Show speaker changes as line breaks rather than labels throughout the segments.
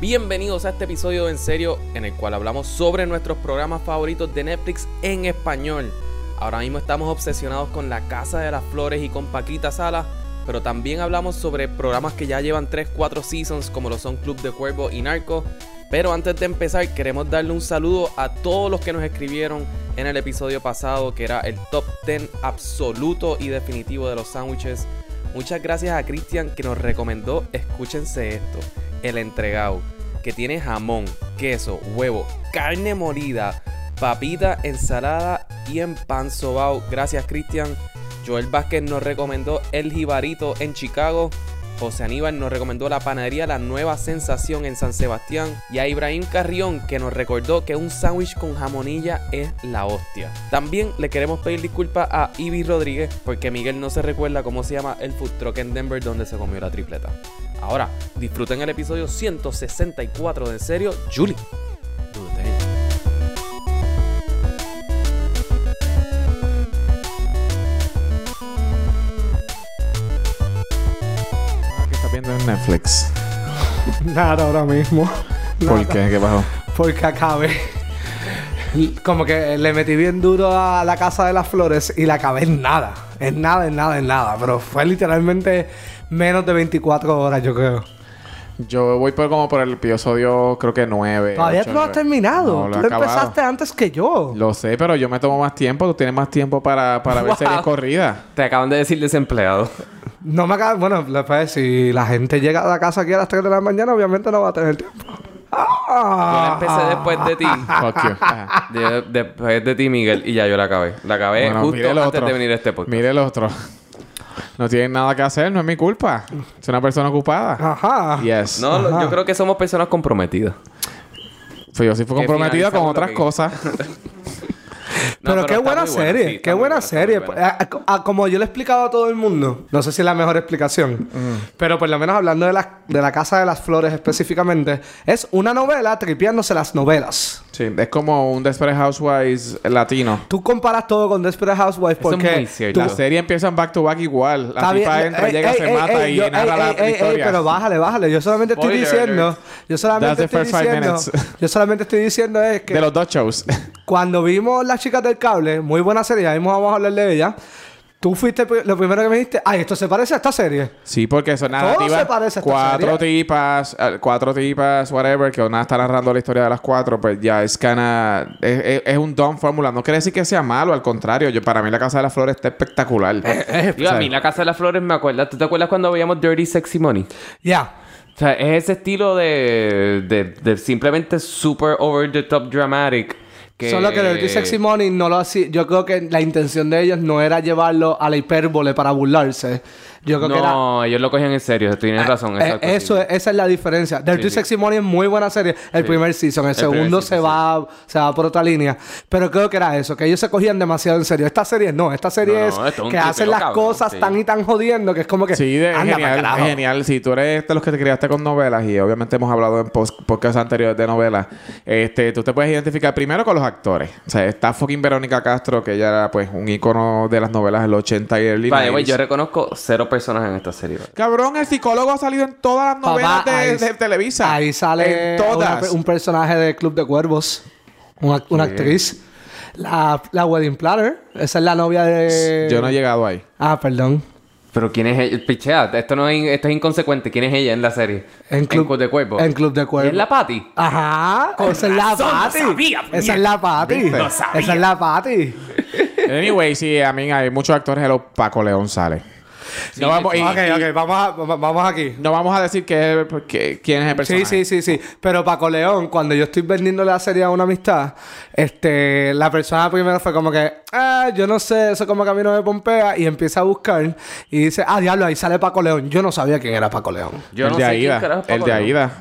Bienvenidos a este episodio de En Serio, en el cual hablamos sobre nuestros programas favoritos de Netflix en español. Ahora mismo estamos obsesionados con La Casa de las Flores y con Paquita Sala, pero también hablamos sobre programas que ya llevan 3, 4 seasons, como lo son Club de Cuervo y Narco. Pero antes de empezar, queremos darle un saludo a todos los que nos escribieron en el episodio pasado, que era el top 10 absoluto y definitivo de los sándwiches. Muchas gracias a Cristian que nos recomendó, escúchense esto, el entregado, que tiene jamón, queso, huevo, carne molida, papita, ensalada y en pan sobao. Gracias Cristian. Joel Vázquez nos recomendó el jibarito en Chicago. José Aníbal nos recomendó la panadería La Nueva Sensación en San Sebastián y a Ibrahim Carrión que nos recordó que un sándwich con jamonilla es la hostia. También le queremos pedir disculpas a Ibi Rodríguez porque Miguel no se recuerda cómo se llama el food truck en Denver donde se comió la tripleta. Ahora, disfruten el episodio 164 de En Serio, Julie.
que estás viendo en Netflix?
Nada ahora mismo.
¿Por
Nada.
qué? ¿Qué pasó?
Porque acabé. Como que le metí bien duro a la casa de las flores y la acabé en nada. En nada, en nada, en nada. Pero fue literalmente menos de 24 horas, yo creo.
Yo voy por como por el episodio, creo que 9.
Todavía tú no has terminado.
Eh, No, lo
tú
he
lo
acabado.
empezaste antes que yo.
Lo sé, pero yo me tomo más tiempo. Tú tienes más tiempo para, para ver
Wow.
series corridas.
Te acaban de decir desempleado.
No me acaba... Bueno, después, si la gente llega a la casa aquí a las 3 de la mañana, obviamente no va a tener tiempo.
Yo
Ah.
la empecé después de ti.
Fuck you. Ajá.
De- después de ti, Miguel, y ya yo la acabé. La acabé
Bueno,
Eh, justo
mire el
antes
otro.
de venir a este podcast.
Mire el otro. No tienen nada que hacer, no es mi culpa. Soy una persona ocupada.
Ajá.
Yes.
No, lo-
Ajá.
yo creo que somos personas comprometidas.
Pues yo sí fui
Que
comprometido
finalizamos
con otras
lo que-
cosas.
No,
pero, qué
está
buena
muy buena,
serie,
sí, está
qué
muy
buena
buena, está muy
serie.
buena.
A- a- a- como yo le he explicado a todo el mundo, no sé si es la mejor explicación, pero por lo menos hablando de la, de la Casa de las Flores específicamente, es una novela tripeándose las novelas.
Sí, es como un Desperate Housewives latino.
Tú comparas todo con Desperate Housewives
Eso es
porque...
muy cierto.
La serie empieza en back to back igual. La
Está bien,
tipa entra,
ey,
llega,
ey,
se
ey,
mata
ey,
y
yo-
narra
ey,
la
ey, ey, ey,
historia.
pero bájale, bájale. Yo solamente estoy
Spoiler
diciendo...
alert.
Yo solamente
That's the
estoy
first five
diciendo...
minutes.
Yo solamente estoy diciendo es que...
De los dos shows.
Cuando vimos Las Chicas del Cable, muy buena serie, ya mismo vamos a hablar de ella. Tú fuiste pri- lo primero que me dijiste, ay, esto se parece a esta serie.
Sí, porque son
Todo se
narrativas.
parece a esta
cuatro
serie.
tipas, eh, cuatro tipas, whatever, que una está narrando la historia de las cuatro, pues ya es cana. Es, es- es un don fórmula. No quiere decir que sea malo, al contrario. Yo, para mí, la Casa de las Flores está espectacular.
Digo, a mí la Casa de las Flores me acuerda. ¿Tú te acuerdas cuando veíamos Dirty Sexy Money?
Ya.
O sea, es ese estilo de, de, de simplemente super over the top dramatic. Que...
Solo que Dirty Sexy Money no lo hacía. Yo creo que la intención de ellos no era llevarlo a la hipérbole para burlarse. Yo creo que era.
No, ellos lo cogían en serio. Tienes razón.
Eh,
exacto,
eso
sí.
es- esa es la diferencia. Dirty
sí.
Sexy Money es muy buena serie. El primer season, el,
primer
segundo
season,
se va se va por otra línea. Pero creo que era eso, que ellos se cogían demasiado en serio. Esta serie no, esta serie
No, no,
es
esto es un
que hacen
tripeo,
las
cabrón,
cosas
sí.
tan y tan jodiendo que es como que
Sí, de, es
anda pa'
genial,
carajo.
es genial. Si tú eres de los que te criaste con novelas, y obviamente hemos hablado en pos- podcasts anteriores de novelas, este, tú te puedes identificar primero con los actores. O sea, está fucking Verónica Castro, que ella era pues un ícono de las novelas del 80 y el
Vale, güey, yo reconozco cero personas en esta serie. ¿vale?
Cabrón, el psicólogo ha salido en todas las novelas
Papá,
de,
ahí-
de Televisa.
Ahí sale
En
una pe-
todas.
un personaje de Club de Cuervos, una, una actriz. La, la Wedding Planner, esa es la novia de.
Yo no he llegado ahí.
Ah, perdón.
Pero quién es ella, pichea, esto no es, in- esto es inconsecuente. ¿Quién es ella en la serie?
En Club,
de Cuervo.
En Club de Cuervo.
¿Y es la Patty?
Ajá, esa es la
razón, lo
Patty.
sabía,
esa
puñeta.
es la Patty.
Lo sabía.
Esa es la Patty.
Anyway, sí, a mí hay muchos actores. Hello, Paco León sale. no, vamos, y-
ok,
y
ok, vamos, a- va- vamos aquí.
no vamos a decir que, que- quién es el personaje.
Sí, sí, sí, sí. Pero Paco León, cuando yo estoy vendiendo la serie a una amistad, este, la persona primero fue como que, ah, yo no sé, eso como que a mí no me pompea, y empieza a buscar y dice, ah, diablo, ahí sale Paco León. Yo no sabía quién era Paco León.
Yo
el
no
de
sé quién
Aida.
carajo es
el
Paco
de
León.
Aida.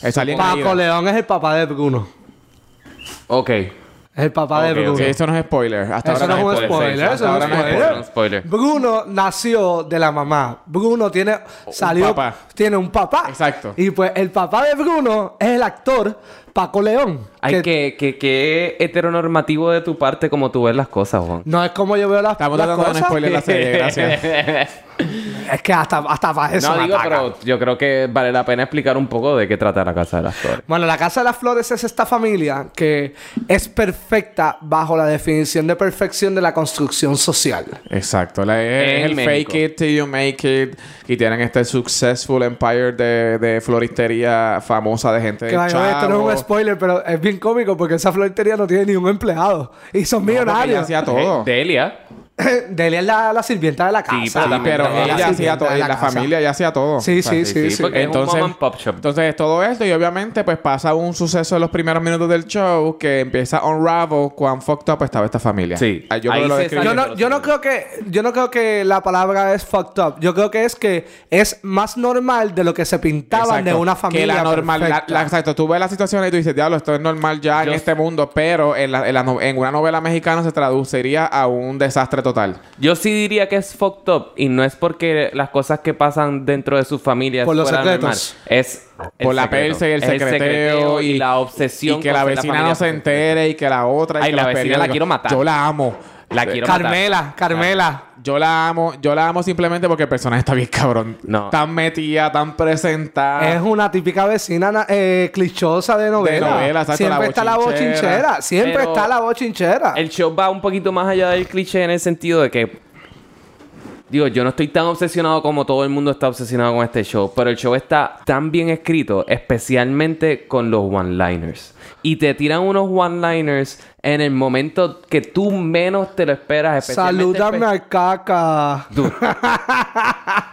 Él salía en
Paco
Aida.
León es el papá de Bruno.
Ok.
Es el papá
Ok,
de Bruno.
ok.
Sí, esto no es spoiler. Hasta
Eso
ahora
no es un spoiler.
Hasta
Eso no es
ahora
un
no es
spoiler.
no es spoiler.
Bruno nació de la mamá. Bruno tiene salió
papá.
tiene un papá.
Exacto.
Y pues el papá de Bruno es el actor Paco León.
Hay que, que, que heteronormativo de tu parte como tú ves las cosas, Juan.
no es como yo veo las,
Estamos
las
tratando de no
cosas.
spoiler la serie, gracias.
Es que hasta, hasta para eso.
No
me
digo,
ataca.
pero yo creo que vale la pena explicar un poco de qué trata la Casa de las Flores.
Bueno, la Casa de las Flores es esta familia que es perfecta bajo la definición de perfección de la construcción social.
Exacto. La- es
En
el
México.
fake it till you make it. Y tienen este successful empire de, de floristería famosa de gente
Que
de
by the way, esto no es un
chavo.
spoiler, pero es bien cómico porque esa floristería no tiene ni un empleado. Y son
Porque ella
millonarios.
hacía todo.
Eh, Delia.
Delia es la, la sirvienta de la casa.
Sí,
Sí, pero
Exactamente.
ella
La
hacía todo. Y la familia ella hacía todo.
Sí,
O sea,
sí, sí, sí.
porque es un
Entonces-
mom and pop shop.
Entonces, todo esto, y obviamente, pues pasa un suceso en los primeros minutos del show que empieza a unravel cuán fucked up estaba esta familia.
Sí.
Ah, Yo
Ahí
creo que lo
se
describí.
sale-
Yo no, yo no creo que yo no creo que la palabra es fucked up. Yo creo que es que es más normal de lo que se pintaban
Exacto.
de una familia.
Que la normal, la-
perfecta.
la- exacto, tú ves la situación y tú dices, diablo, esto es normal ya
Yo-
en este mundo, pero en, la- en la no- en una novela mexicana se traduciría a un desastre total.
Yo sí diría que es fucked up y no es porque las cosas que pasan dentro de sus familias
Por los
fueran
secretos.
normal. Es el
Por la
secreto.
persa y el
Es
secreteo,
y, la obsesión
Y que la
con ser
vecina
familia
no se
perfecta.
entere y que la otra. y
Ay,
que
la
los
vecina la
periódicos.
quiero matar.
Yo la amo.
La quiero matar.
Carmela, Carmela.
Yo la amo, yo la amo simplemente porque el personaje está bien cabrón.
No.
Tan metida, tan presentada.
Es una típica vecina na- eh, clichosa de novela.
novela, exacto,
Siempre
la
está la
bochinchera.
bochinchera. Siempre
Pero-
está la bochinchera.
El show va un poquito más allá del cliché en el sentido de que. Digo, yo no estoy tan obsesionado como todo el mundo está obsesionado con este show, pero el show está tan bien escrito, especialmente con los one-liners. Y te tiran unos one-liners en el momento que tú menos te lo esperas, especialmente.
Salúdame al caca.
Dude.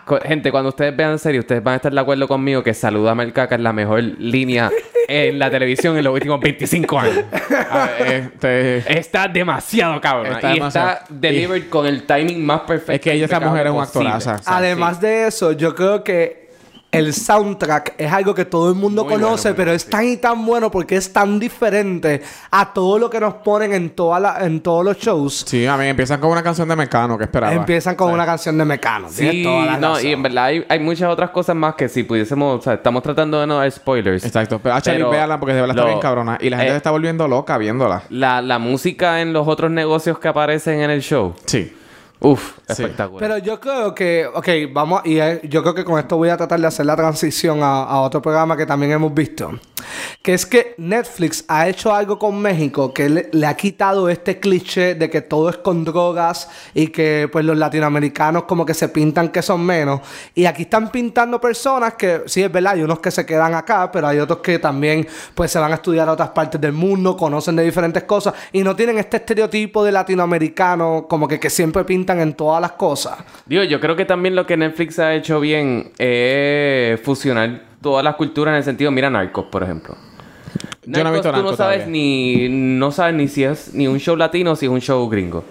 Co- Gente, cuando ustedes vean serie, ustedes van a estar de acuerdo conmigo que Saludame al Caca es la mejor línea en la televisión en los últimos 25 años.
A ver, este-
Está demasiado cabrón.
Está
y
demasiado.
está delivered con el timing más perfecto.
Es que ella, esa
impecable
mujer es una
posible.
actoraza.
sea,
Además de eso, yo creo que el soundtrack es algo que todo el mundo
Muy
conoce,
bueno,
pero es tan y tan bueno porque es tan diferente a todo lo que nos ponen en, toda la- en todos los shows.
Sí, a mí empiezan con una canción de Mecano que esperaba.
Empiezan con una canción de Mecano.
Sí, no, y en verdad hay, hay muchas otras cosas más que si pudiésemos, o sea, estamos tratando de no dar spoilers.
Exacto. Pero, ah, Charlie,
Pero
véala porque de verdad está
lo-
bien cabrona. Y la gente
eh,
se está volviendo loca viéndola.
La, la música en los otros negocios que aparecen en el show.
Sí.
Uf,
Sí.
espectacular.
Pero yo creo que, ok, vamos, y eh, yo creo que con esto voy a tratar de hacer la transición a, a otro programa que también hemos visto. Que es que Netflix ha hecho algo con México que le, le ha quitado este cliché de que todo es con drogas y que pues los latinoamericanos como que se pintan que son menos. Y aquí están pintando personas que, sí es verdad, hay unos que se quedan acá, pero hay otros que también pues se van a estudiar a otras partes del mundo, conocen de diferentes cosas y no tienen este estereotipo de latinoamericano como que, que siempre pintan en todas las cosas.
Digo, yo creo que también lo que Netflix ha hecho bien es fusionar todas las culturas en el sentido, mira Narcos, por ejemplo.
Yo no he visto
tú no
Narcos
sabes
todavía.
ni no sabes ni si es ni un show latino o si es un show gringo.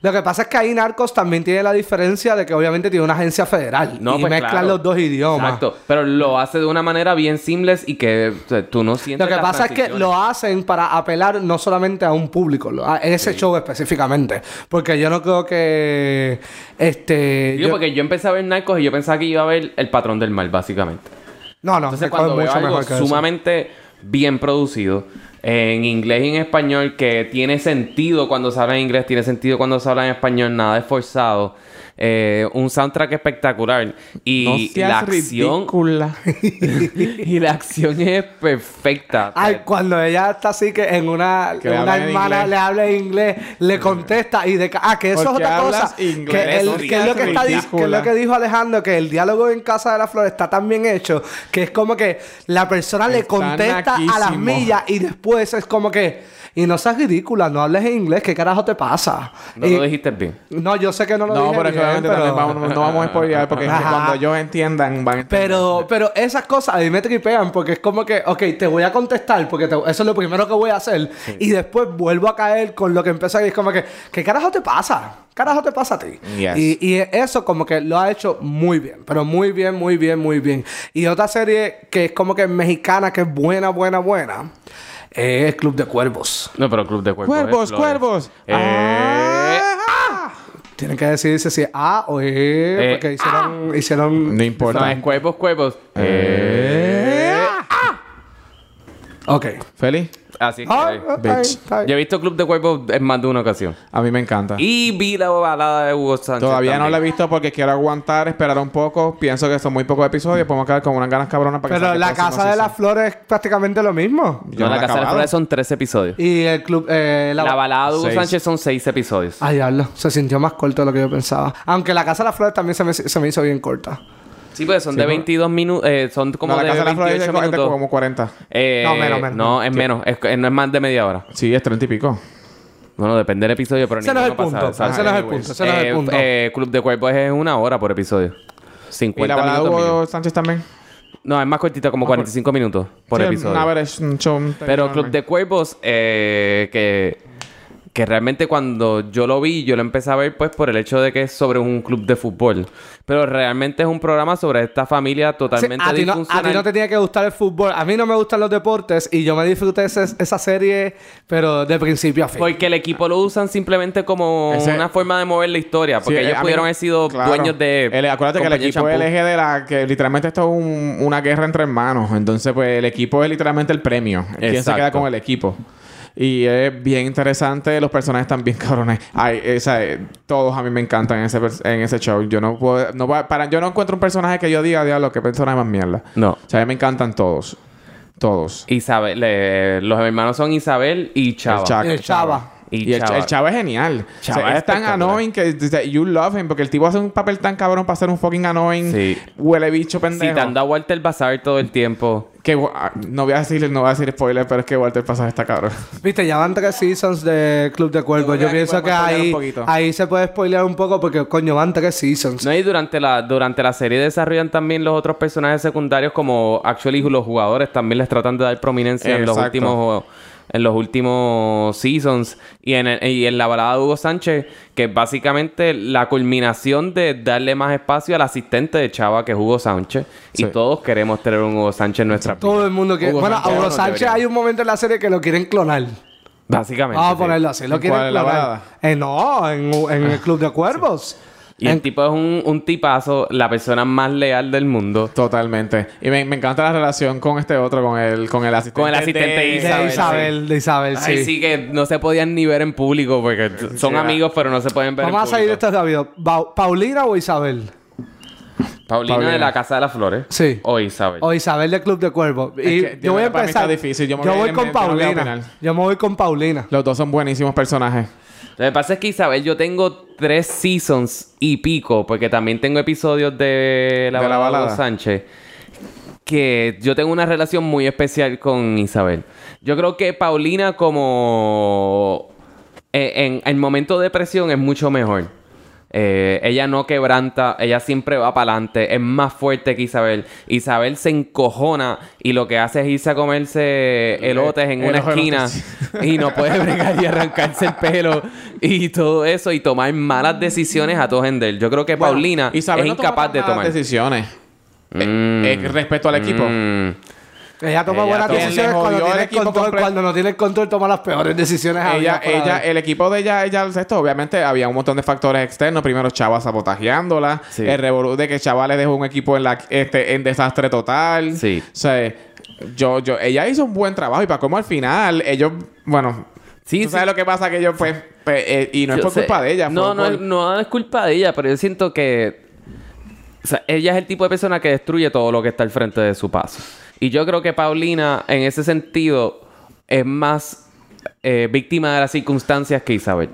Lo que pasa es que ahí Narcos también tiene la diferencia de que obviamente tiene una agencia federal
No,
y
pues,
mezclan
claro.
los dos idiomas.
Exacto, pero lo hace de una manera bien seamless y que o sea, tú no sientes
Lo que
las
pasa es que lo
transiciones.
hacen para apelar no solamente a un público, lo- a ese show específicamente. Porque yo no creo que. Este.
Digo,
yo-
porque yo empecé a ver Narcos y yo pensaba que iba a ver El Patrón del Mal, básicamente.
no, no,
Entonces,
Narcos es
cuando veo algo
eso.
sumamente bien producido, en inglés y en español, que tiene sentido cuando se habla en inglés, tiene sentido cuando se habla en español, nada es forzado. eh, un soundtrack espectacular. Y
seas
la acción.
ridícula.
y la acción es perfecta. O sea,
Ay, cuando ella está así que en una,
Que le
una
habla en
hermana
inglés.
le habla en inglés, le contesta y de ca- ah, que eso es
Porque
otra cosa.
hablas inglés,
que, el-
no
que es lo
seas
que está di-
ridícula.
que es lo que dijo Alejandro, que el diálogo en Casa de la Flor está tan bien hecho, que es como que la persona le
Está
contesta a las
naquísimo.
millas y después es como que, y no seas ridícula, no hables en inglés, ¿qué carajo te pasa?
no
Y-
eh,
lo dijiste bien.
no, yo sé que no lo
No,
dije
pero es que
bien,
obviamente
pero-
también vamos- no vamos a spoilear porque
Ajá.
cuando ellos entiendan van a entender.
Pero, pero esas cosas a mí me tripean porque es como que, ok, te voy a contestar porque te- eso es lo primero que voy a hacer. Y después vuelvo a caer con lo que empezó y es como que, ¿qué carajo te pasa? ¿Qué carajo te pasa a ti?
Yes.
Y, y eso como que lo ha hecho muy bien, pero muy bien, muy bien, muy bien. Y otra serie que es como que mexicana, que es buena, buena, buena, es Club de Cuervos.
No, pero Club de Cuervos.
Cuervos,
es Pues flores.
cuervos.
Eh,
Ah.
Tienen que decidirse si es A o E,
Eh,
porque hicieron... hicieron
No
No,
importa.
Eh, es cuervos, cuervos. Eh,
Eh.
Ok, Ok.
¿Feliz?
Así que.
Ah, ah, está bien,
Bitch.
está bien.
Yo he visto Club de Cuervos en más de una ocasión.
A mí me encanta.
Y vi la balada de Hugo Sánchez.
Todavía no la he
también.
visto porque quiero aguantar, esperar un poco. Pienso que son muy pocos episodios. Podemos quedar con unas ganas cabronas para que
Pero
saque
la
el próximo
casa de
season.
las flores es prácticamente lo mismo.
Yo
No, la Casa de
he
las
acabado.
Flores son tres episodios.
Y el club. eh,
la, balada de Hugo
Seis.
Sánchez son seis episodios.
Ah, diablo. Se sintió más corto de lo que yo pensaba. Aunque la casa de las flores también se me, se me hizo bien corta.
Sí, pues son de 22 minutos. son como
No, la
de
casa de las flores es
28
de cu- es de
minutos.
como 40.
Eh,
No, menos, menos.
No, es menos. Es, eh, no es más de media hora.
Sí, es 30 y pico.
Bueno, depende del episodio, pero
Ese no es el
ninguno
punto.
pasaba, ¿sabes?
Ese no es el
Anyways.
punto. Ese no es
Eh,
el punto.
eh, Club de Cuerpos es una hora por episodio.
¿Y la
50
balada de
minutos. mínimo.
Hugo Sánchez también?
No, es más cortita, como 45 minutos por
Sí,
episodio.
un average, un show, un-
Pero Club de Cuervos, eh, que, que realmente cuando yo lo vi, yo lo empecé a ver pues por el hecho de que es sobre un club de fútbol. Pero realmente es un programa sobre esta familia
Sí,
totalmente
a, ti no, a
disfuncional.
ti no te tiene que gustar el fútbol. A mí no me gustan los deportes y yo me disfruté ese- esa serie, pero de principio a fin.
Porque el equipo lo usan simplemente como
Ese-
una forma de mover la historia. Porque
Sí, eh,
ellos
a mí
pudieron
no-
haber sido
claro.
dueños de.
El- acuérdate que el
compañía
equipo
de shampoo.
LG de la... Que literalmente esto es un- una guerra entre hermanos. Entonces, pues, el equipo es literalmente el premio. ¿Quién se
Exacto.
queda con el equipo? Y es bien interesante. Los personajes están bien cabrones. Ay, esa, eh, todos a mí me encantan en ese, pers- en ese show. Yo no puedo... No, va- para, yo no encuentro un personaje que yo diga, diablo, qué personaje más mierda.
No.
O sea, a mí me encantan todos. Todos.
Isabel, le- los hermanos son Isabel y Chava.
El Chac-
El Chava.
Y
Y el,
Chava.
el Chava es genial.
Chava
O sea,
es
es tan
espectacular.
annoying que o sea, you love him porque el tipo hace un papel tan cabrón para ser un fucking annoying.
Sí.
Huele bicho pendejo.
Citando a Walter Bazar todo el tiempo.
Que wa- ah, no voy a decir, no voy a decir spoiler, pero es que Walter Pasaje está cabrón.
Viste, ya van tres seasons de Club de Cuervos.
Yo creo
Yo
que
pienso
aquí
que
podemos spoilear un
ahí,
poquito.
ahí se puede spoilear un poco porque, coño, van tres seasons.
No, y durante la, durante la serie desarrollan también los otros personajes secundarios, como actually los jugadores también les tratan de dar prominencia en los
Exacto.
últimos en los últimos seasons y en, el- y en la balada de Hugo Sánchez, que es básicamente la culminación de darle más espacio al asistente de Chava, que es Hugo Sánchez.
Sí.
Y todos queremos tener un Hugo Sánchez en nuestra vida.
Todo el mundo quiere.
Hugo
bueno, a
Sánchez,
Hugo
no
Sánchez
debería.
hay un momento en la serie que lo quieren clonar.
Básicamente.
Vamos a
sí.
ponerlo así. Lo
Pues, ¿En
quieren
cuál? ¿En la
clonar.
balada?
Eh, no, en, en el Club de Cuervos.
Y el tipo es un, un tipazo, la persona más leal del mundo.
Totalmente. Y me, me encanta la relación con este otro, con el, con el asistente.
Con el asistente
de-
de
De
Isabel,
Isabel, de Isabel, sí.
Ay, sí. que no se podían ni ver en público porque t- son
Sí,
amigos, pero no se pueden ver
Vamos a
en
salir de
público.
esto rápido. Ba- ¿Paulina o Isabel?
Paulina,
Paulina.
de la Casa de las Flores.
Sí.
O Isabel.
O Isabel del Club de Cuervos. Y
que,
yo
Dios
voy a
mío, para mí está
empezar.
difícil. Yo me voy a
voy
ir
con
en- yo no voy a
Paulina.
opinar.
Yo me voy con Paulina.
Los dos son buenísimos personajes.
Lo que pasa es que Isabel, yo tengo tres seasons y pico, porque también tengo episodios de La
De la
Balada de Hugo
balada.
Sánchez. Que yo tengo una relación muy especial con Isabel. Yo creo que Paulina, como. eh, En el momento de presión, es mucho mejor. Eh, ella no quebranta, ella siempre va para adelante, es más fuerte que Isabel. Isabel se encojona y lo que hace es irse a comerse elotes en
Eh,
una
los
esquina
elotes.
y no puede bregar y arrancarse el pelo y todo eso y tomar malas decisiones a todo gender. Yo creo que
Bueno,
Paulina
Isabel
es
no toma
incapaz de
tantas
tomar.
decisiones. Eh, eh, respecto al equipo.
Mm.
Ella toma
Ella
buenas
toma-
decisiones
Él le
cuando,
jodió
tiene
al
el
equipo
control,
completo.
cuando no tiene el control, toma las peores decisiones.
Ella,
habidas por
ella,
haber.
el equipo de ella, ella, esto, obviamente había un montón de factores externos. Primero, Chava sabotajeándola.
Sí.
El revolú de que Chava le dejó un equipo en la este, en desastre total.
Sí.
O sea, yo, yo, ella hizo un buen trabajo. Y para cómo al final, ellos, bueno,
Sí,
tú sabes
sí.
lo que pasa que ellos pues, pues, eh, y no es
Yo
por
sé.
culpa de ella. fue
No, no,
por-
es- no es culpa de ella, pero yo siento que. O sea, ella es el tipo de persona que destruye todo lo que está al frente de su paso. Y yo creo que Paulina, en ese sentido, es más eh, víctima de las circunstancias que Isabel.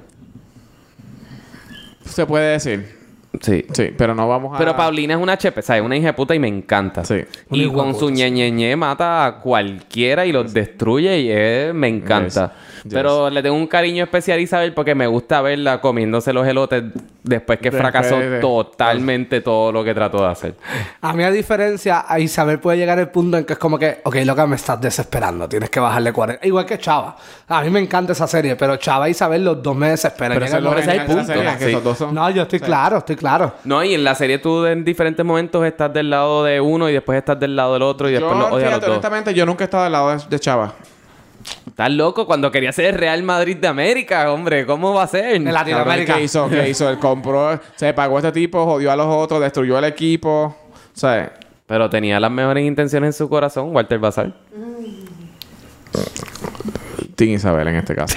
Se puede decir.
Sí.
Sí, pero no vamos a.
Pero Paulina es una HP, ¿sabes? Una hija de puta y me encanta.
Sí.
Y con su ñeñeñe mata a cualquiera y los destruye y eh, me encanta.
Yes. Yes.
Pero le tengo un cariño especial a Isabel porque me gusta verla comiéndose los elotes después que
Después
fracasó
de-
totalmente todo lo que trató de hacer.
A mí, a diferencia, a Isabel puede llegar el punto en que es como que, ok, loca, me estás desesperando, tienes que bajarle 40. Igual que Chava. A mí me encanta esa serie, pero Chava y Isabel, los dos me desesperan.
Pero
Llega
eso es
el
lo
momento-
ese es el
genial de esa
punto.
serie, que
Sí.
esos dos son-
No, yo estoy claro, estoy claro.
No, y en la serie tú en diferentes momentos estás del lado de uno y después estás del lado del otro y después
yo,
no odias a los
fíjate,
dos.
honestamente, yo nunca he estado al lado de, de Chava.
Estás loco cuando quería ser el Real Madrid de América, hombre. ¿Cómo va a ser?
En Latinoamérica.
¿Qué hizo? ¿Qué hizo? Él compró, se pagó a este tipo, jodió a los otros, destruyó el equipo. O sea,
Pero tenía las mejores intenciones en su corazón, Walter Bazar.
Tim Isabel en este caso.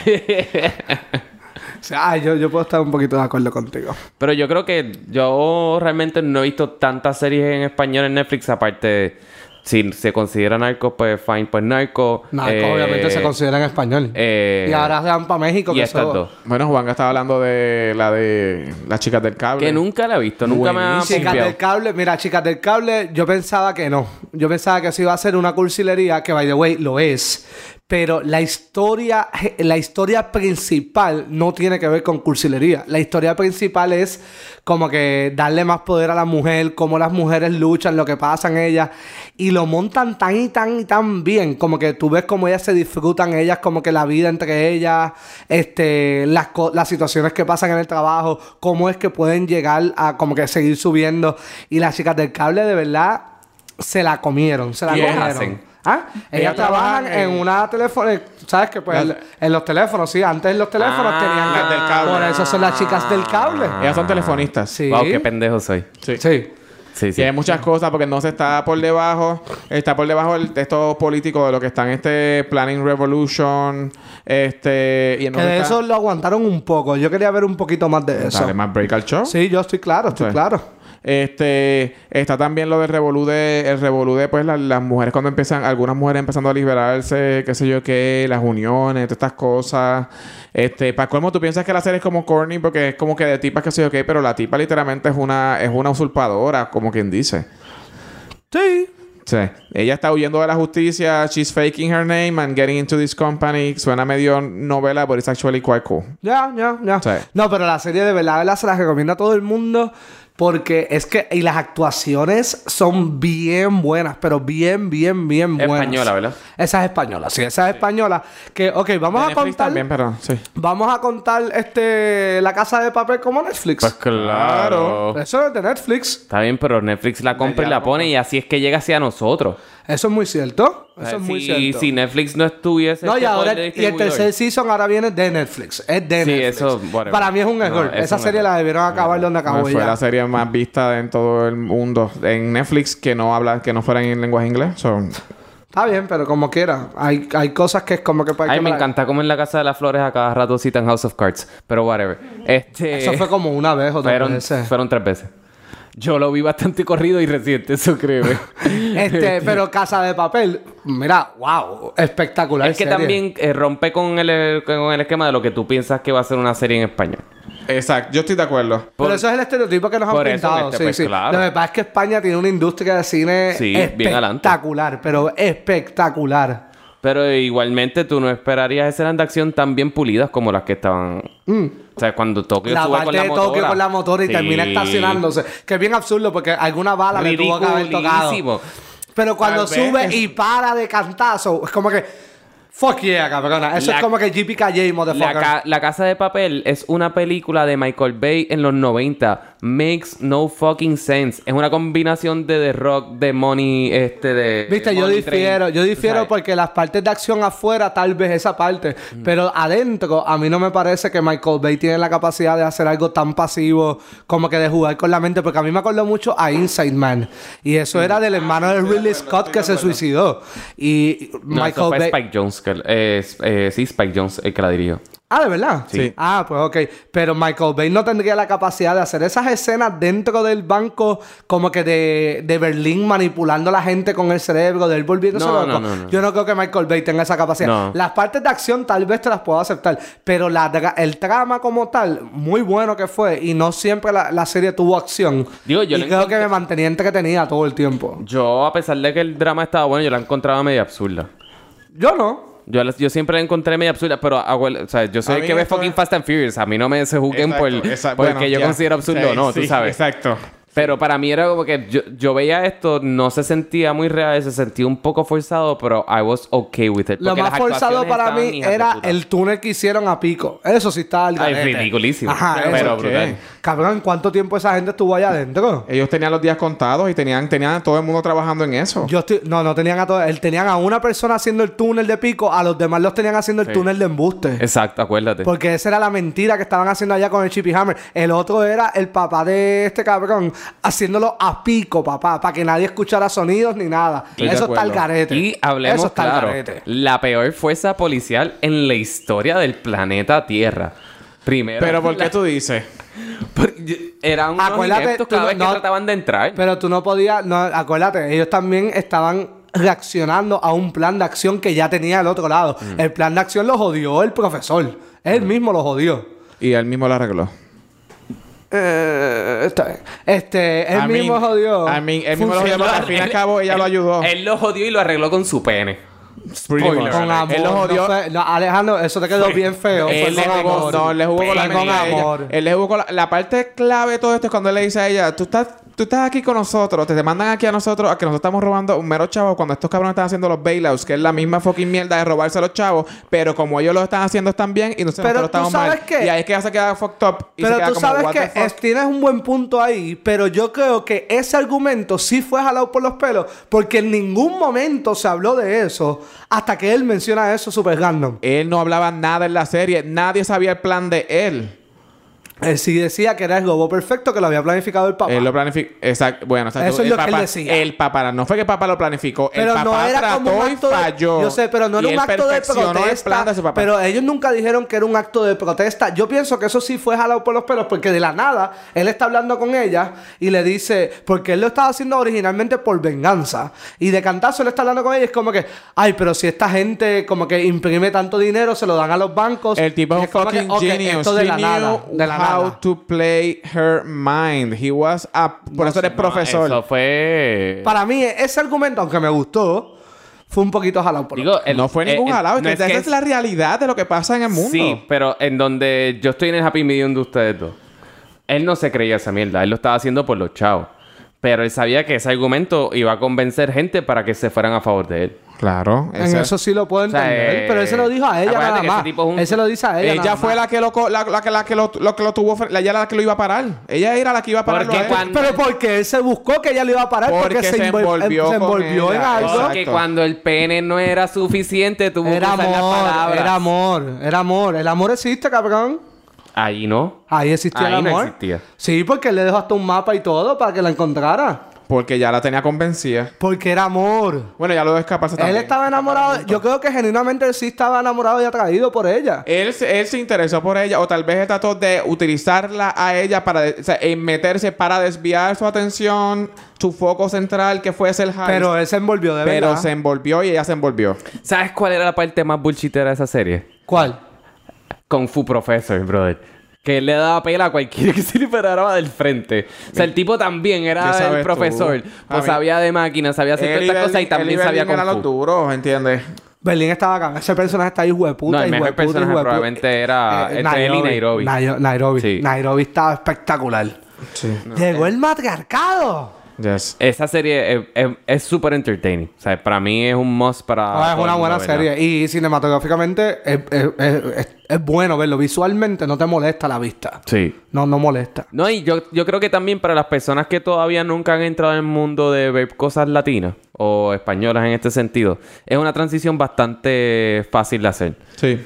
O sea, ah, yo, yo puedo estar un poquito de acuerdo contigo.
Pero yo creo que yo realmente no he visto tantas series en español en Netflix, aparte de- si se considera narco, pues fine, pues narco.
Narco,
Eh,
obviamente, se considera en español.
eh,
y ahora se van para México.
y
que
estas
eso-
dos.
Bueno, Juanga estaba hablando de la de las chicas del cable.
Que nunca la he visto, nunca me ha
Buenísimo.
Chicas
pompeado.
del cable, mira, chicas del cable, yo pensaba que no. Yo pensaba que eso iba a ser una cursilería, que by the way lo es. Pero la historia, la historia principal no tiene que ver con cursilería. La historia principal es como que darle más poder a la mujer, cómo las mujeres luchan, lo que pasan ellas. Y lo montan tan y tan y tan bien. Como que tú ves cómo ellas se disfrutan, ellas, como que la vida entre ellas, este, las, co- las situaciones que pasan en el trabajo, cómo es que pueden llegar a como que seguir subiendo. Y las chicas del cable, de verdad, se la comieron, se la
¿Y ellas
comieron.
hacen?
¿Ah? Ellas
Ellas
trabajan
trabajan en-
en una teléfono, ¿sabes qué? Pues
Las-
en los teléfonos, sí, antes en los teléfonos
Ah,
tenían
las del cable. Ah.
Por eso son las chicas del cable.
Ellas son telefonistas.
Ah. Sí.
Wow, qué pendejo soy.
Sí.
Sí.
Sí,
Sí,
sí.
hay muchas cosas porque no se está por debajo, está por debajo el texto político de lo que está en este Planning Revolution, este y en
Que de eso lo aguantaron un poco. Yo quería ver un poquito más de eso.
Dale más break al show.
Sí, yo estoy claro, estoy
Sí.
claro.
Este está también lo del revolú de el revolú de pues la- las mujeres cuando empiezan, algunas mujeres empezando a liberarse, qué sé yo qué, las uniones, todas estas cosas. Este, para colmo tú piensas que la serie es como corny porque es como que de tipas qué sé yo qué, pero la tipa literalmente es una es una usurpadora, como quien dice.
Sí.
Sí. Ella está huyendo de la justicia. She's faking her name and getting into this company. Suena medio novela, but it's actually quite cool.
Ya, ya, ya.
Sí.
No, pero la serie de verdad, de verdad se las recomiendo a todo el mundo. Porque es que, y las actuaciones son bien buenas, pero bien, bien, bien buenas.
Española, ¿verdad?
Esa es española, sí, esa es española. Que, ok, vamos a
Netflix
contar.
también, pero sí.
Vamos a contar este la casa de papel como Netflix.
Pues claro.
Eso es de Netflix.
Está bien, pero Netflix la compra y la pone y así es que llega hacia nosotros.
Eso es muy cierto. Eso es
si,
muy cierto.
si Netflix no estuviese...
No, y
este
ahora
poder de
y el tercer
distribuidor.
season ahora viene de Netflix. Es de
Sí,
Netflix.
eso, whatever.
Para mí es un
No,
error.
es
Esa
un
serie
error.
la debieron acabar donde acabó
Fue
ella.
la serie más vista en todo el mundo en Netflix que no habla, que no fuera en lenguaje inglés. So,
Está bien, pero como quiera. Hay, hay cosas que es como que para
Ay, me encanta comer la casa de las flores a cada rato cita en House of Cards. Pero whatever. Este...
Eso fue como una vez o dos
Fueron,
veces.
fueron tres veces. Yo lo vi bastante corrido y reciente, eso creo.
Este, pero Casa de Papel, mira, wow, espectacular.
es que
serie.
también eh, rompe con el, eh, con el esquema de lo que tú piensas que va a ser una serie en español.
exacto, yo estoy de acuerdo.
Por-
pero eso es el estereotipo que nos han
por eso,
pintado.
este,
sí,
pues,
sí.
claro.
Lo que pasa es que España tiene una industria de cine
Sí, bien adelante.
espectacular, pero espectacular.
Pero igualmente tú no esperarías escenas de acción tan bien pulidas como las que estaban. O sea, cuando Tokio
Mm. la
sube
parte
con la
de
motora.
Tokio con la motora y
Sí.
termina estacionándose. Que es bien absurdo porque alguna bala le tuvo que haber
Ridiculísimo.
tocado. Pero cuando
Tal vez
sube
es-
y para de cantazo, es como que. Fuck yeah, cabrona. Eso
La-
es como que JPKJ,
La,
motherfucker.
ca- la Casa de Papel es una película de Michael Bay en los 90. Makes no fucking sense. Es una combinación de The Rock, de Money, este, de...
Viste, yo
Money Train.
difiero, yo
Tú
difiero
sabes.
porque las partes de acción afuera, tal vez esa parte, pero adentro, a mí no me parece que Michael Bay tiene la capacidad de hacer algo tan pasivo como que de jugar con la mente, porque a mí me acordó mucho a Inside Man, y eso era del hermano
Ah,
de Ridley Scott que se suicidó. Y
No, eso
Michael
fue
Bay.
Spike Jones, que- eh, s- eh, sí, Spike Jones el que la dirigió.
Ah, ¿de verdad?
Sí.
Ah, pues ok. Pero Michael Bay no tendría la capacidad de hacer esas escenas dentro del banco, como que de, de Berlín manipulando a la gente con el cerebro, de él volviéndose
No,
loco.
no, no, no.
Yo no creo que Michael Bay tenga esa capacidad.
No.
Las partes de acción tal vez te las puedo aceptar, pero la dra- el trama como tal, muy bueno que fue, y no siempre la, la serie tuvo acción.
Digo, yo
y
le
creo
encontré-
que me mantenía entretenida todo el tiempo.
Yo, a pesar de que el drama estaba bueno, yo la encontraba medio absurda.
Yo no.
Yo, la- yo siempre la encontré medio absurda, pero ah, bueno, o sea, yo
A
soy el
mí
que ve
esto
fucking
es-
Fast and Furious. A mí no me se juzguen por,
Exacto, exacto.
por el
Bueno,
que yo
ya.
considero absurdo o
Sí,
no, tú
sí,
sabes.
Exacto.
Pero para mí era como que yo, yo veía esto, no se sentía muy real, se sentía un poco forzado, pero I was okay with it.
Lo
porque
más
las
forzado
actuaciones
para
estaban
mí
hijas de
era
puta.
el túnel que hicieron a Pico. Eso sí está al
Ay,
garete.
ridiculísimo.
Ajá, eso.
pero
¿qué?
brutal.
Cabrón, ¿cuánto tiempo esa gente estuvo allá adentro?
Ellos tenían los días contados y tenían, tenían a todo el mundo trabajando en eso.
Yo estoy, no, no tenían a todos. Él tenían a una persona haciendo el túnel de pico, a los demás los tenían haciendo el túnel de embuste.
Exacto, acuérdate.
Porque esa era la mentira que estaban haciendo allá con el Chippy Hammer. El otro era el papá de este cabrón haciéndolo a pico, papá, para que nadie escuchara sonidos ni nada.
Estoy de
Eso está al
acuerdo.
carete.
Y hablemos
Eso está al
claro,
garete.
la peor fuerza policial en la historia del planeta Tierra. Primero,
Pero ¿por
la-
qué tú dices?
por- eran unos
Acuérdate,
ineptos
tú
cada
no-
vez que
no-
trataban de entrar.
Pero tú no podías, no, acuérdate, ellos también estaban reaccionando a un plan de acción que ya tenía el otro lado.
Mm.
El plan de acción lo jodió el profesor. Él mismo lo jodió.
Y él mismo lo arregló.
Eh, está bien. Este, él
I mean-
mismo jodió.
I mean, él mismo lo jodió porque al fin y al cabo ella lo
él-
ayudó.
Él lo jodió y lo arregló con su pene.
Pretty
Con-
much.
con amor.
Él lo jodió.
No, fue- no, Alejandro, eso te quedó bien feo. Fue
Él le
con
jugó,
amor.
no, él le jugó con la
Fue con
amiga de ella.
amor.
Él le jugó con la, la parte clave de todo esto es cuando él le dice a ella, tú estás, tú estás aquí con nosotros, te, te mandan aquí a nosotros, a que nosotros estamos robando un mero chavo cuando estos cabrones están haciendo los bailouts, que es la misma fucking mierda de robarse a los chavos, pero como ellos lo están haciendo están bien y nosotros,
Pero
nosotros
tú
estamos
sabes
mal.
qué.
Y ahí es que ella se queda fucked up y se
pero
queda
tú
como,
sabes
"What the
que
fuck?".
es- tienes un buen punto ahí, pero yo creo que ese argumento sí fue jalado por los pelos, porque en ningún momento se habló de eso hasta que él menciona eso super random.
Él no hablaba nada en la serie, nadie sabía el plan de él.
Él sí decía que era el globo perfecto que lo había planificado el papá.
Él lo planificó. Exacto. Bueno, o sea,
Eso
tú-
es
el
lo que
papá,
él decía.
El papá, no fue que el papá lo planificó.
Pero
el papá
no era
trató
como un
y
acto
falló.
de... Yo sé, pero no era
Y
un
él
acto de
perfeccionó
protesta.
el plan de su papá.
Pero ellos nunca dijeron que era un acto de protesta. Yo pienso que eso sí fue jalado por los pelos, porque de la nada él está hablando con ella y le dice, porque él lo estaba haciendo originalmente por venganza. Y de cantazo él está hablando con ella y es como que, ay, pero si esta gente como que imprime tanto dinero, se lo dan a los bancos.
El tipo
Y
es un
como que,
fucking
ok,
genius.
Esto de
He
la nada.
knew
De la
how
nada.
to play her mind. He was a... Por eso eres
No,
profesor.
Ah, Eso fue.
Para mí, ese argumento, aunque me gustó, fue un poquito jalado por los
Digo, el-
no fue
eh,
ningún
eh,
jalado. es
no
que
es
esa
que
es la realidad de lo que pasa en el mundo.
Sí, pero en donde yo estoy en el happy medium de ustedes dos. Él no se creía esa mierda, él lo estaba haciendo por los chavos. Pero él sabía que ese argumento iba a convencer gente para que se fueran a favor de él.
Claro.
En
esa-
eso sí lo puedo
sea,
entender.
eh,
pero él se lo dijo a ella
acuérdate
nada
que ese
más.
tipo es un-
Él se lo dice a ella.
Ella
nada
fue
más.
la que, lo, co- la, la, que- la que lo, lo que lo tuvo... fre- La, ella era la que lo iba a parar. Ella era la que iba a pararlo
Porque
a él.
cuando-
Pero porque él se buscó que ella le iba a parar. Porque,
Porque
se,
se
envol-
envolvió
em- se
con
envolvió en
ella.
algo.
Porque
Exacto.
cuando el pene no era suficiente, tuvo
Era
que usar las
amor,
palabras.
era amor, era amor. El amor existe, cabrón.
Ahí no.
Ahí existía
Ahí
el
no
amor.
existía.
Sí, porque él le dejó hasta un mapa y todo para que la encontrara.
Porque ya la tenía convencida.
Porque era amor.
Bueno, ya lo de escaparse también.
Él estaba enamorado. Yo creo que genuinamente él sí estaba enamorado y atraído por ella.
Él, se- él se interesó por ella o tal vez él trató de utilizarla a ella para de- o sea, en meterse para desviar su atención, su foco central que fuese el heist.
Pero él se envolvió de
Pero
verdad.
se envolvió y ella se envolvió.
¿Sabes cuál era la parte más bullshitera de esa serie?
¿Cuál?
Kung Fu Professor, brother. Que él le daba pela a cualquiera que se le parara del frente. O sea, el tipo también
¿Qué
era
sabes
el profesor.
tú? A
Pues
mí-
sabía de máquinas, sabía hacer todas
Él y
estas
Berlín-
cosas y
él
también
Berlín
sabía
eran
Kung
los
Fu.
duros, ¿entiendes?
Berlín estaba acá. Ese personaje está ahí, hueputa.
No, el mejor
hijueputa,
personaje
hijueputa.
probablemente era entre él y Nairobi.
Nairo- eh, Nairobi.
Sí. eh.
Nairobi estaba espectacular.
Sí.
Llegó el matriarcado.
Yes.
Esa serie es- es- es súper entertaining. O sea, para mí es un must para.
Ah, es
todo
una
el mundo
buena
verla.
serie. Y cinematográficamente es, es- es- es- es bueno verlo. Visualmente no te molesta la vista.
Sí.
No, no molesta.
No, y yo, yo creo que también para las personas que todavía nunca han entrado en el mundo de ver cosas latinas o españolas en este sentido, es una transición bastante fácil de hacer.
Sí.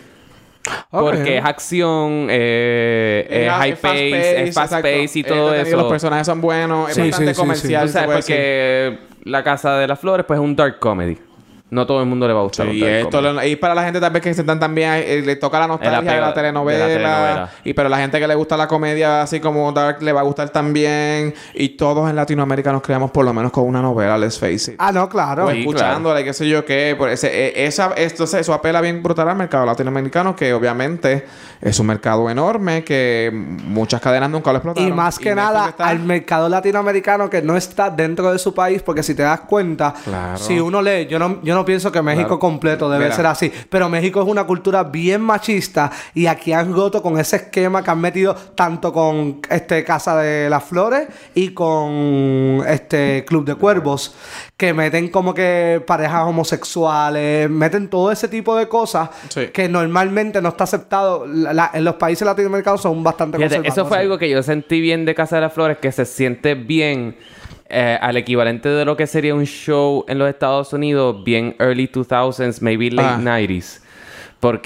Ok.
Porque es acción, eh, es
Era-
high pace, es fast
exacto.
pace y
Es
todo
entretenido,
eso.
Los personajes son buenos,
Sí,
es bastante
sí, sí,
comercial.
Tú
se
sabes,
puede decir.
porque La Casa de las Flores pues es un dark comedy. No todo el mundo le va a
Sí,
gustar un
y,
dark
esto
comedy.
lo- y para la gente también que se están también eh, le toca la nostalgia
apego
de la telenovela,
de la telenovela.
y pero la gente que le gusta la comedia así como Dark le va a gustar también y todos en Latinoamérica nos creamos por lo menos con una novela let's face it
Ah, no, claro.
o
Sí,
escuchándola y qué sé yo qué por ese, eh, esa esto se- eso apela bien brutal al mercado latinoamericano que obviamente es un mercado enorme que muchas cadenas nunca lo explotaron
Y más que
Netflix
nada
está-
al mercado latinoamericano que no está dentro de su país, porque si te das cuenta,
Claro.
si uno lee, yo no, yo no pienso que México
Claro.
completo debe
Mira.
ser así, pero México es una cultura bien machista y aquí han roto con ese esquema que han metido tanto con este Casa de las Flores y con este Club de Cuervos, que meten como que parejas homosexuales, meten todo ese tipo de cosas
Sí.
que normalmente no está aceptado. La- la- en los países latinoamericanos son bastante
Fíjate, eso fue
conservadores.
algo que yo sentí bien de Casa de las Flores, que se siente bien eh, al equivalente de lo que sería un show en los Estados Unidos, bien early 2000s, maybe late
Ah.
90s.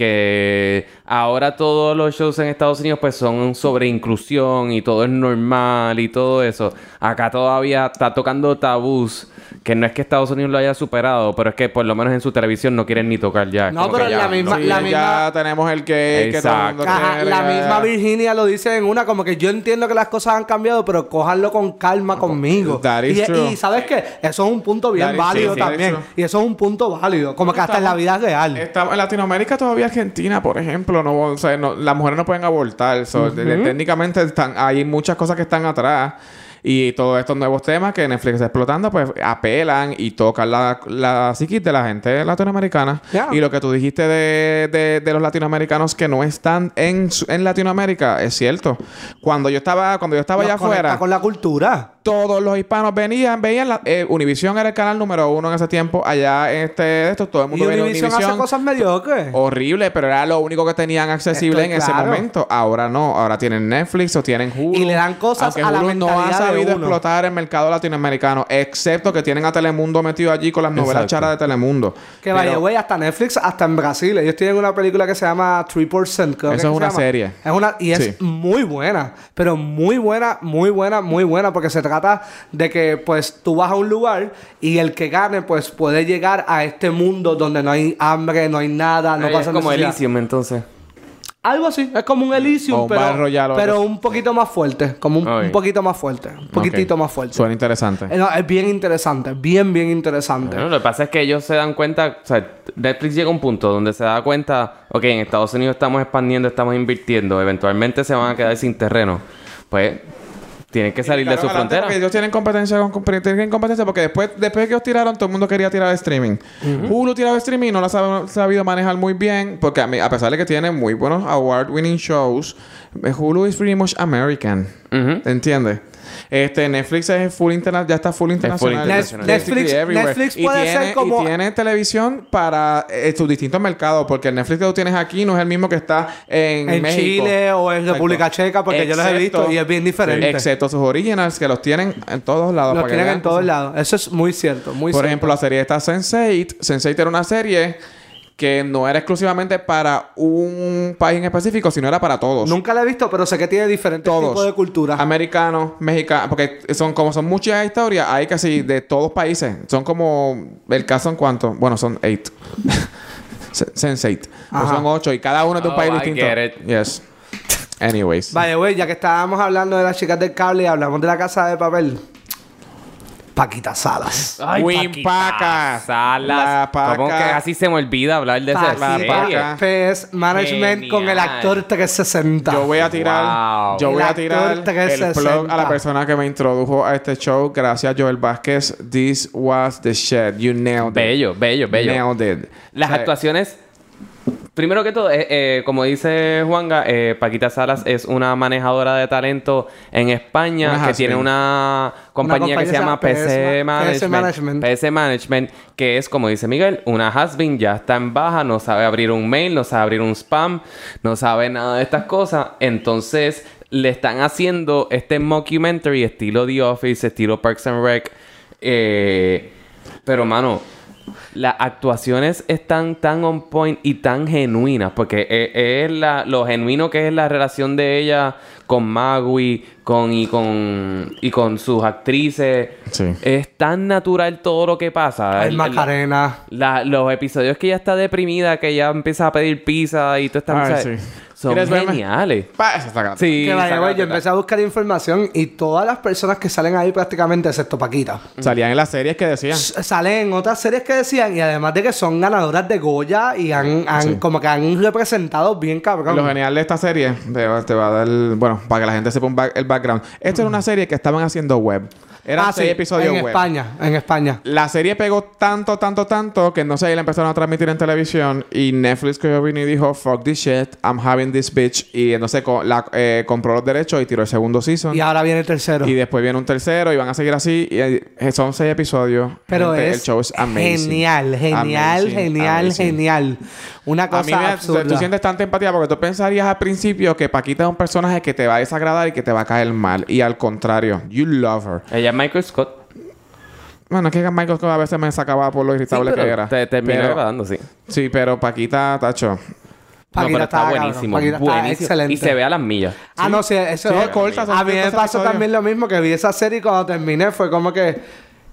Porque ahora todos los shows en Estados Unidos pues son sobre inclusión y todo es normal y todo eso. Acá todavía está tocando tabús que no es que Estados Unidos lo haya superado, pero es que por lo menos en su televisión no quieren ni tocar ya. Es
No,
como
pero
que
ya,
ya,
la misma-
sí,
la
ya
misma-
tenemos el que, que todo el mundo
Ajá,
quiere,
la
ya.
misma Virginia lo dice en una, como que yo entiendo que las cosas han cambiado, pero cójanlo con calma conmigo.
That is
y,
true.
y sabes qué, eso es un punto bien
That is
válido
true, sí,
también.
that is
Y eso es un punto válido, como que hasta en la vida real.
Estamos- en Latinoamérica todavía Argentina, por ejemplo, no, o sea, no- las mujeres no pueden abortar. so, de- técnicamente están, hay muchas cosas que están atrás. Y todos estos nuevos temas que Netflix está explotando, pues apelan y tocan la, la psiquis de la gente latinoamericana.
Yeah.
Y lo que tú dijiste de, de- de los latinoamericanos que no están en, su- en Latinoamérica, es cierto. Cuando yo estaba, cuando yo estaba
Nos
allá
conecta
afuera,
Con la cultura.
todos los hispanos venían, veían la, eh, Univision era el canal número uno en ese tiempo. Allá este esto, todo el
Y
mundo veía
Univision hace
Univision.
cosas mediocres.
Horrible, pero era lo único que tenían accesible
Estoy
en ese
claro.
momento. Ahora no, ahora tienen Netflix o tienen Hulu.
Y le dan cosas
Aunque
a la
Hulu no ha
mentalidad de
sabido
uno.
explotar el mercado latinoamericano, excepto que tienen a Telemundo metido allí con las novelas
Exacto.
charas de Telemundo.
Que
Pero
vaya, güey, hasta Netflix, hasta en Brasil. Ellos tienen una película que se llama 3%. creo que
Eso es
que
una
se llama.
serie.
Es una, y es
Sí.
muy buena. Pero muy buena, muy buena, muy buena. Porque se trata de que, pues, tú vas a un lugar y el que gane, pues, puede llegar a este mundo donde no hay hambre, no hay nada, no
Ay, es
pasa
como
necesidad.
Elysium entonces.
Algo así. Es como un Elysium,
O un Battle Royale
pero,
o
pero
algo
un poquito más fuerte. Como un,
Ay.
un poquito más fuerte. Un poquitito
ok.
más fuerte.
Suena interesante.
Eh, no, es bien interesante. Bien, bien interesante.
Bueno, lo que pasa es que ellos se dan cuenta, o sea, Netflix llega a un punto donde se da cuenta, ok, en Estados Unidos estamos expandiendo, estamos invirtiendo, eventualmente se van a quedar sin terreno. Pues tienen que salir de
Claro,
su
adelante,
frontera.
Porque ellos tienen competencia con compet- tienen competencia porque después, después que ellos tiraron, todo el mundo quería tirar streaming. Hulu tiraba streaming y no la ha sab- sabido manejar muy bien porque a, mí- a pesar de que tiene muy buenos award-winning shows, eh, Hulu is pretty much American. ¿Entiendes? Este, Netflix es full interna ya está full internacional.
internacional.
Net- Netflix,
Netflix-
everywhere.
Netflix
Y
puede
tiene-
ser como-
y tiene televisión para eh, sus distintos mercados porque el Netflix que tú tienes aquí no es el mismo que está en,
En
México.
Chile o en República Checa, porque yo los he visto y es bien diferente.
Excepto sus originals, que los tienen en todos lados.
Los
para que
tienen
vean.
en todos lados. Eso es muy cierto, muy
Por
cierto.
ejemplo, la serie esta Sense8. Sense8 era una serie que no era exclusivamente para un país en específico, sino era para todos.
Nunca la he visto, pero sé que tiene diferentes
Todos.
tipos de cultura.
Americanos, mexicanos, porque son como son muchas historias, hay casi de todos países. Son como el caso en cuanto, bueno, son eight. Sense8. Pero
Ajá.
son ocho y cada uno es de un
Oh,
país
I
distinto.
get it.
Yes. Anyways.
Vaya, güey, ya que estábamos hablando de las chicas del cable y hablamos de la casa de papel. Paquita Salas.
Ay,
Queen Paca.
Salas.
La Paca.
Como que casi se me olvida hablar
Ah,
de esa
Paquita
serie.
Paca.
PS Management
Genial.
con el actor 360.
Yo voy a tirar,
Wow.
yo voy
El
a
actor
tirar el
360.
plug a la persona que me introdujo a este show. Gracias, Joel Vázquez. This was the shit. You nailed it.
Bello, bello, bello.
Nailed it.
Las
O sea,
actuaciones. Primero que todo, eh, eh, como dice Juanga, eh, Paquita Salas es una manejadora de talento en España
Una
que
has
tiene
been.
una compañía, que se llama PC, Management,
PS Management.
PS Management, que es, como dice Miguel, una has-been, ya está en baja, no sabe abrir un mail, no sabe abrir un spam, no sabe nada de estas cosas. Entonces, le están haciendo este mockumentary estilo The Office, estilo Parks and Rec. eh, pero, mano, las actuaciones están tan on point y tan genuinas, porque e- es, la, lo genuino que es la relación de ella con Magui, con, y, con, y con sus actrices.
Sí.
Es tan natural todo lo que pasa.
El
El-
Macarena.
la- los episodios que ella está deprimida, que ella empieza a pedir pizza y todo esta
Ay,
cosa.
sí.
Son
¿Quieres verme?
geniales.
pa, esa está grande.
Sí,
que vaya, güey,
sacate,
yo empecé a buscar información y todas las personas que salen ahí prácticamente, excepto Paquita,
Salían en las series que decían.
S- salen en otras series que decían y además de que son ganadoras de Goya y han, han-
Sí.
como que han representado bien cabrón.
Lo genial de esta serie, te va, te va a dar, bueno, para que la gente sepa un back- el background. Esta era una serie que estaban haciendo web. Eran
Ah, sí,
seis episodios
en
web.
España, en España.
La serie pegó tanto, tanto, tanto que no sé, ahí la empezaron a transmitir en televisión y Netflix cogió vino y dijo, fuck this shit, I'm having this bitch. Y entonces co- la, eh, compró los derechos y tiró el segundo season.
Y ahora viene el tercero.
Y después viene un tercero y van a seguir así. Y eh, son seis episodios.
Pero
Gente,
es
el show es amazing.
genial, genial,
Amazing,
genial,
amazing.
genial. Una cosa
A mí me,
absurda.
tú sientes tanta empatía porque tú pensarías al principio que Paquita es un personaje que te va a desagradar y que te va a caer mal. Y al contrario, you love her.
Ella es Michael Scott.
Bueno, es que Michael Scott a veces me sacaba por lo
Sí,
irritable
pero
que era.
Te termina
Pero-
agradando, sí.
Sí, pero Paquita, Tacho,
No, pero está
Paquita estaba cabrón.
buenísimo.
Paquita estaba
buenísimo.
excelente.
Y se ve a las millas.
Ah, no, sí, eso
Sí,
es
corta, son
A mí me
cortos
pasó
episodios.
también lo mismo, que vi esa serie y cuando terminé fue como que,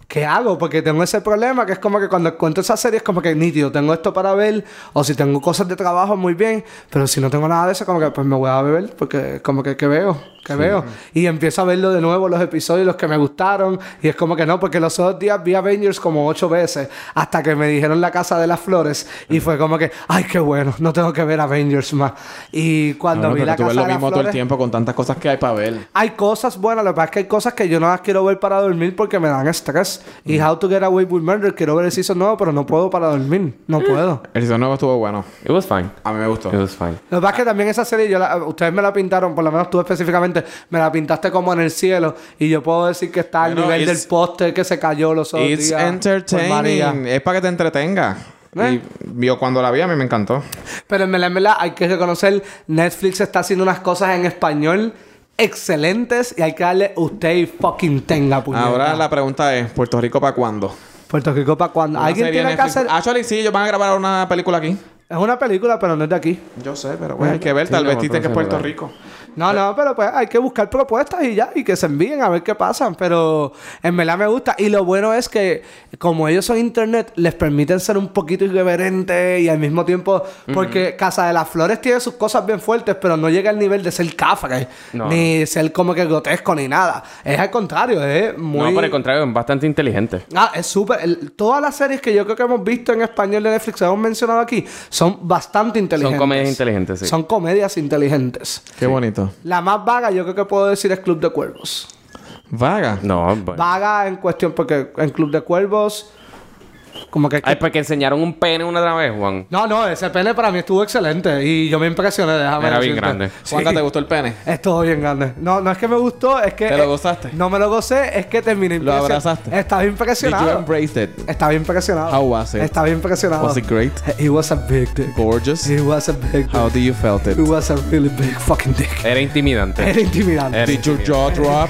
¿qué hago? Porque tengo ese problema que es como que cuando encuentro esa serie es como que nítido, tengo esto para ver, o si tengo cosas de trabajo muy bien, pero si no tengo nada de eso, como que pues me voy a beber, porque como que, ¿qué veo? ¿Qué veo? Y empiezo a verlo de nuevo, los episodios, los que me gustaron, y es como que no, porque los otros días vi Avengers como ocho veces, hasta que me dijeron La Casa de las Flores,
Mm.
y fue como que, ay, qué bueno, no tengo que ver Avengers más. Y cuando
No,
vi
pero
La
tú
Casa
ves
de
lo
las
mismo todo el
Flores...
tiempo con tantas cosas que hay para ver.
Hay cosas buenas, lo que pasa es que hay cosas que yo no las quiero ver para dormir porque me dan estrés.
Mm.
Y How to Get Away with Murder, quiero ver el season nuevo, pero no puedo para dormir. No
Mm.
puedo.
El season nuevo estuvo bueno.
It was fine.
A mí me gustó.
It was fine.
Lo que pasa es que también esa serie, yo la- ustedes me la pintaron, por lo menos tú específicamente, me la pintaste como en el cielo. Y yo puedo decir que está al
Bueno,
nivel
it's-
del póster que se cayó los otros
It's
días por pues, María.
entertaining. Es para que te entretenga.
¿Eh?
Y yo cuando la vi a mí me encantó.
Pero en verdad, en verdad, hay que reconocer, Netflix está haciendo unas cosas en español excelentes y hay que darle usted y fucking tenga, puñeta.
Ahora la pregunta es, ¿Puerto Rico para cuándo?
Puerto Rico para cuando...
Una
Alguien
serie
tiene
en
que
Netflix.
hacer...
Actually, sí, ellos van a grabar una película aquí.
Es una película, pero no es de aquí.
Yo sé, pero bueno, hay que ver.
sí,
Tal
no,
vez dicen que es
entonces,
Puerto
¿verdad?
Rico.
No, no, pero pues hay que buscar propuestas y ya, y que se envíen a ver qué pasan. Pero en verdad me gusta. Y lo bueno es que, como ellos son internet, les permiten ser un poquito irreverentes y al mismo tiempo. Porque Casa de las Flores tiene sus cosas bien fuertes, pero no llega al nivel de ser cafre,
No,
ni ser como que grotesco, ni nada. Es al contrario, es muy.
No, por el contrario, es bastante inteligente.
Ah, es súper. el- Todas las series que yo creo que hemos visto en español de Netflix, hemos mencionado aquí, son bastante inteligentes.
Son comedias inteligentes, sí.
Son comedias inteligentes.
Qué bonito.
La más vaga, yo creo que puedo decir es Club de Cuervos.
Vaga.
No, bueno.
Vaga en cuestión, porque en Club de Cuervos, como que.
Ay, porque enseñaron un pene una otra vez, Juan.
No, no, ese pene para mí estuvo excelente y yo me impresioné, déjame
Era bien
decirte.
grande.
Juanca, ¿te gustó el pene?
Estuvo bien grande. No, no es que me gustó, es que.
¿Te lo gozaste?
No me lo gocé, es que terminé
¿Lo
impresion-
abrazaste?
Estaba
Did you
impresionado.
embrace it?
Estaba impresionado.
How was it?
Estaba impresionado.
Was it great?
He was a big dick.
Gorgeous?
He was a big dick.
How do you felt it?
He was a really big fucking dick.
Eh,
Era intimidante.
Era intimidante.
Era
Did your jaw drop?